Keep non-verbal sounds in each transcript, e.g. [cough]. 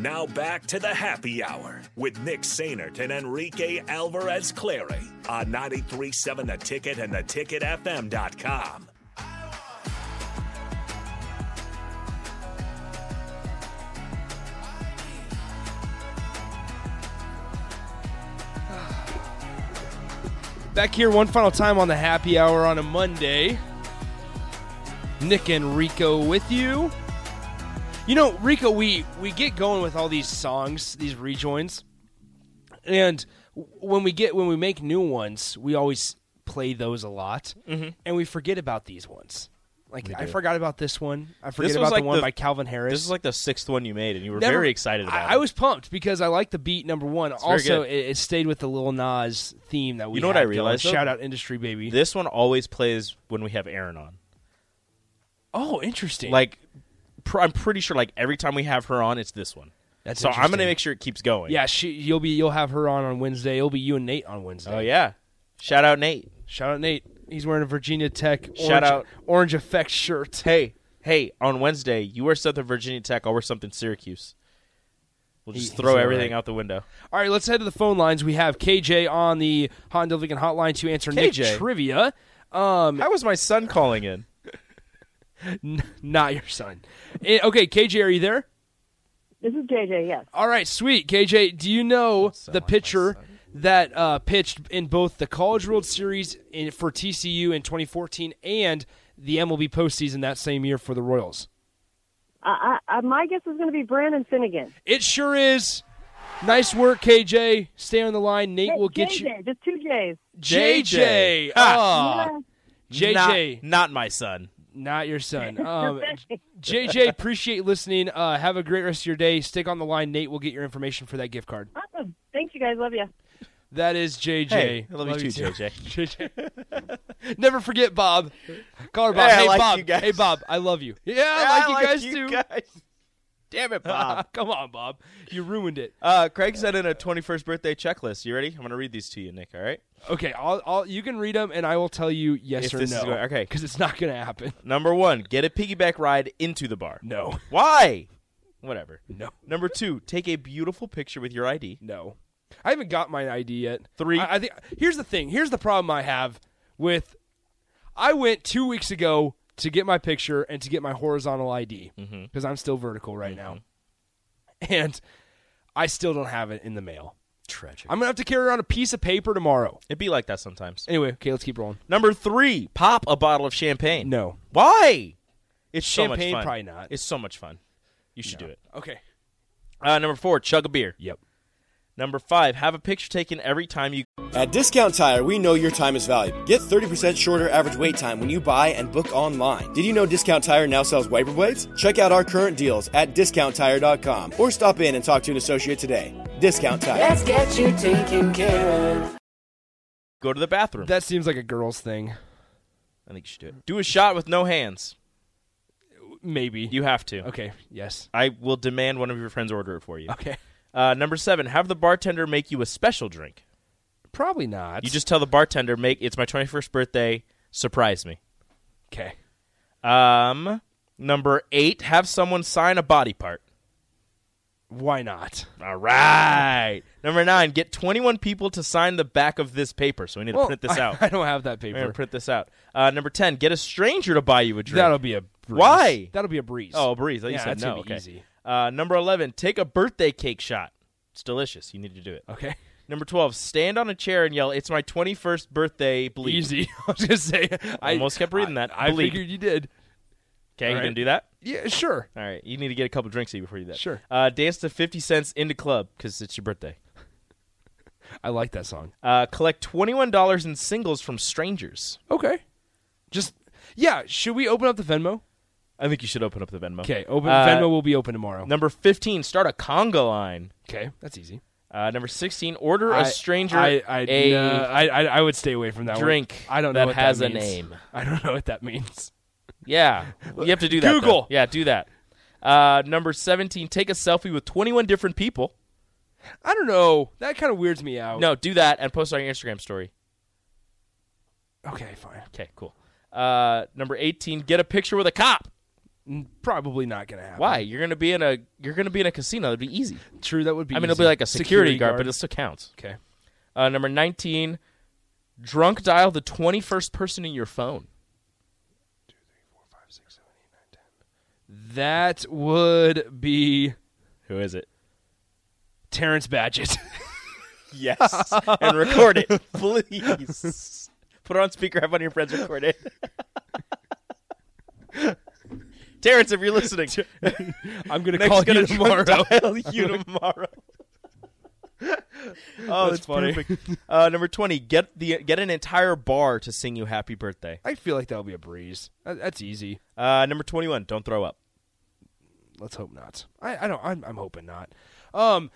Now back to the happy hour with Nick Sainert and Enrique Alvarez Clary on 93.7 The Ticket and theticketfm.com. Back here one final time on the happy hour on a Monday. Nick and Rico with you. You know, Rico, we we get going with all these songs, these rejoins, and w- when we get when we make new ones, we always play those a lot, Mm-hmm. and we forget about these ones. Like I forgot about this one. I forget was about like the one the- by Calvin Harris. This is like the sixth one you made, and you were Never- very excited about I, it. I was pumped because I like the beat number one. very also, good. it, it stayed with the Lil Nas theme that we. You know what had I going. realized, though? Shout out industry baby. This one always plays when we have Aaron on. oh, interesting. Like, pr- I'm pretty sure, like, every time we have her on, it's this one. That's so I'm going to interesting. make sure it keeps going. yeah, she, you'll be you'll have her on on Wednesday. It'll be you and Nate on Wednesday. Oh, yeah. Shout out, Nate. Shout out Nate. He's wearing a Virginia Tech orange, Shout out. orange effect shirt. Hey, hey, on Wednesday, you wear something Virginia Tech, I'll wear something Syracuse. We'll just He- throw he's everything alright. out the window. All right, let's head to the phone lines. We have KJ on the Honda Lincoln Hotline to answer KJ. Nick trivia. Um, How was my son calling in? not your son. Eh, okay, KJ, are you there? This is JJ, yes. All right, sweet. KJ, do you know the pitcher that uh, pitched in both the College World Series in, for TCU in 2014 and the MLB postseason that same year for the Royals? I, I, I- Uh, my guess is going to be Brandon Finnegan. It sure is. Nice work, KJ. Stay on the line. Nate will get JJ, you. just two J's. JJ. JJ. Ah, Yeah. JJ. Not, not my son. Not your son. Um, JJ, appreciate listening. Uh, have a great rest of your day. Stick on the line. Nate will get your information for that gift card. Awesome. Thanks, you guys. Love you. That is JJ. Hey, I love you too, JJ. JJ. [laughs] Never forget Bob. Call her Bob. Hey, I Hey, like Bob. you guys. Hey, Bob. I love you. Yeah, I I like you guys too. [laughs] guys. Damn it, Bob. Come on, Bob. You ruined it. Uh, Craig sent in a 21st birthday checklist. You ready? I'm going to read these to you, Nick, all right? Okay, I'll, I'll, you can read them, and I will tell you yes If or this no. is going- [laughs] okay. because it's not going to happen. Number one, get a piggyback ride into the bar. [laughs] No, Why? Whatever. no, Number two, take a beautiful picture with your ID. no. I haven't got my ID yet. Three. I, I think. Here's the thing. Here's the problem I have with. I went two weeks ago to get my picture and to get my horizontal ID because Mm-hmm. I'm still vertical right now, and I still don't have it in the mail. Tragic. I'm gonna have to carry around a piece of paper tomorrow. It'd be like that sometimes. Anyway, okay, let's keep rolling. Number three, pop a bottle of champagne. No. Why? It's so much Champagne, fun. probably not. It's so much fun. You should do it. Okay. Uh, number four, chug a beer. Yep. Number five, have a picture taken every time you. At Discount Tire, we know your time is valuable. Get 30% shorter average wait time when you buy and book online. Did you know Discount Tire now sells wiper blades? Check out our current deals at discounttire.com or stop in and talk to an associate today. Discount Tire. Let's get you taken care of. Go to the bathroom. That seems like a girl's thing. I think you should do it. Do a shot with no hands. Maybe. You have to. okay? Yes. I will demand one of your friends order it for you. Okay. Uh, number seven, have the bartender make you a special drink. Probably not. You just tell the bartender, make it's my 21st birthday, surprise me. okay. Um, Number eight, have someone sign a body part. Why not? All right. Number nine, get 21 people to sign the back of this paper. So we need to print this [laughs] I, out. I don't have that We're going paper. to print this out. Uh, number 10, get a stranger to buy you a drink. That'll be a breeze. Why? That'll be a breeze. Oh, a breeze. I Yeah, said that's no. gonna be okay. easy. Uh, number 11, take a birthday cake shot. It's delicious. You need to do it. [laughs] okay. Number 12, stand on a chair and yell, It's my 21st birthday, bleep. Easy. [laughs] I was gonna say. I Almost kept reading I- that. I Bleep. figured you did. Okay, you All going right. to do that? Yeah, sure. All right. You need to get a couple drinks in before you do that. Sure. Uh, dance to 50 cents into club because it's your birthday. I like that song. Uh, collect $21 in singles from strangers. Okay. Just yeah. Should we open up the Venmo? I think you should open up the Venmo. Okay. Open Uh, Venmo will be open tomorrow. Number 15, start a conga line. Okay, that's easy. Uh, number 16, order I- a stranger I I, a no, I, I I would stay away from that one. drink I don't know that what has a means. name. [laughs] I don't know what that means. Yeah, you have to do that. though. Google. Yeah, do that. Uh, number 17, take a selfie with 21 different people. I don't know. That kind of weirds me out. No, do that and post it on your Instagram story. Okay, fine. Okay, cool. Uh, number 18, get a picture with a cop. N- Probably not gonna happen. Why? You're gonna be in a you're gonna be in a casino. That'd be easy. True. That would be. I mean, easy. it'll be like a security, guard, but it still counts. okay. Uh, number 19, drunk dial the 21st person in your phone. That would be Who is it? Terrence [laughs] Badgett. Yes. and record it, [laughs] please. Put it on speaker, have one of your friends record it. [laughs] Terrence, if you're listening, I'm gonna Nick's call gonna you tomorrow. drunk dial [laughs] you tomorrow. oh, That's it's funny. Perfect. Uh, number twenty, get the get an entire bar to sing you happy birthday. I feel like that'll be a breeze. That- That's easy. Uh, number twenty-one, don't throw up. Let's hope not. I, I don't. I'm, I'm hoping not. Um.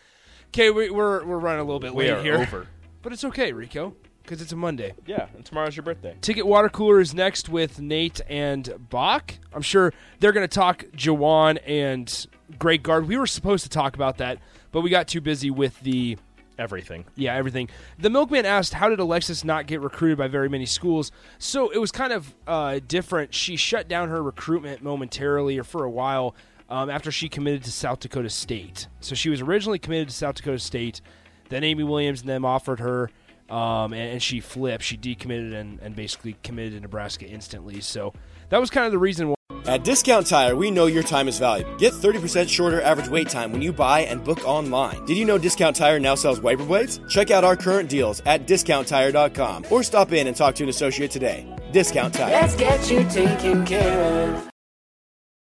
Okay, we, we're we're running a little bit We late are here, over. [laughs] but it's okay, Rico, because it's a Monday. Yeah, and tomorrow's your birthday. Ticket Water Cooler is next with Nate and Bach. I'm sure they're going to talk Jawan and Great Guard. We were supposed to talk about that, but we got too busy with the Everything. yeah everything. The milkman asked, "How did Alexis not get recruited by very many schools?" So it was kind of uh, different. She shut down her recruitment momentarily or for a while um, after she committed to South Dakota State. So she was originally committed to South Dakota State. Then Amy Williams and them offered her um, and, and she flipped. She decommitted and, and basically committed to Nebraska instantly. So that was kind of the reason why. At Discount Tire, we know your time is valuable. Get 30% shorter average wait time when you buy and book online. Did you know Discount Tire now sells wiper blades? Check out our current deals at discounttire.com or stop in and talk to an associate today. Discount Tire. Let's get you taken care of.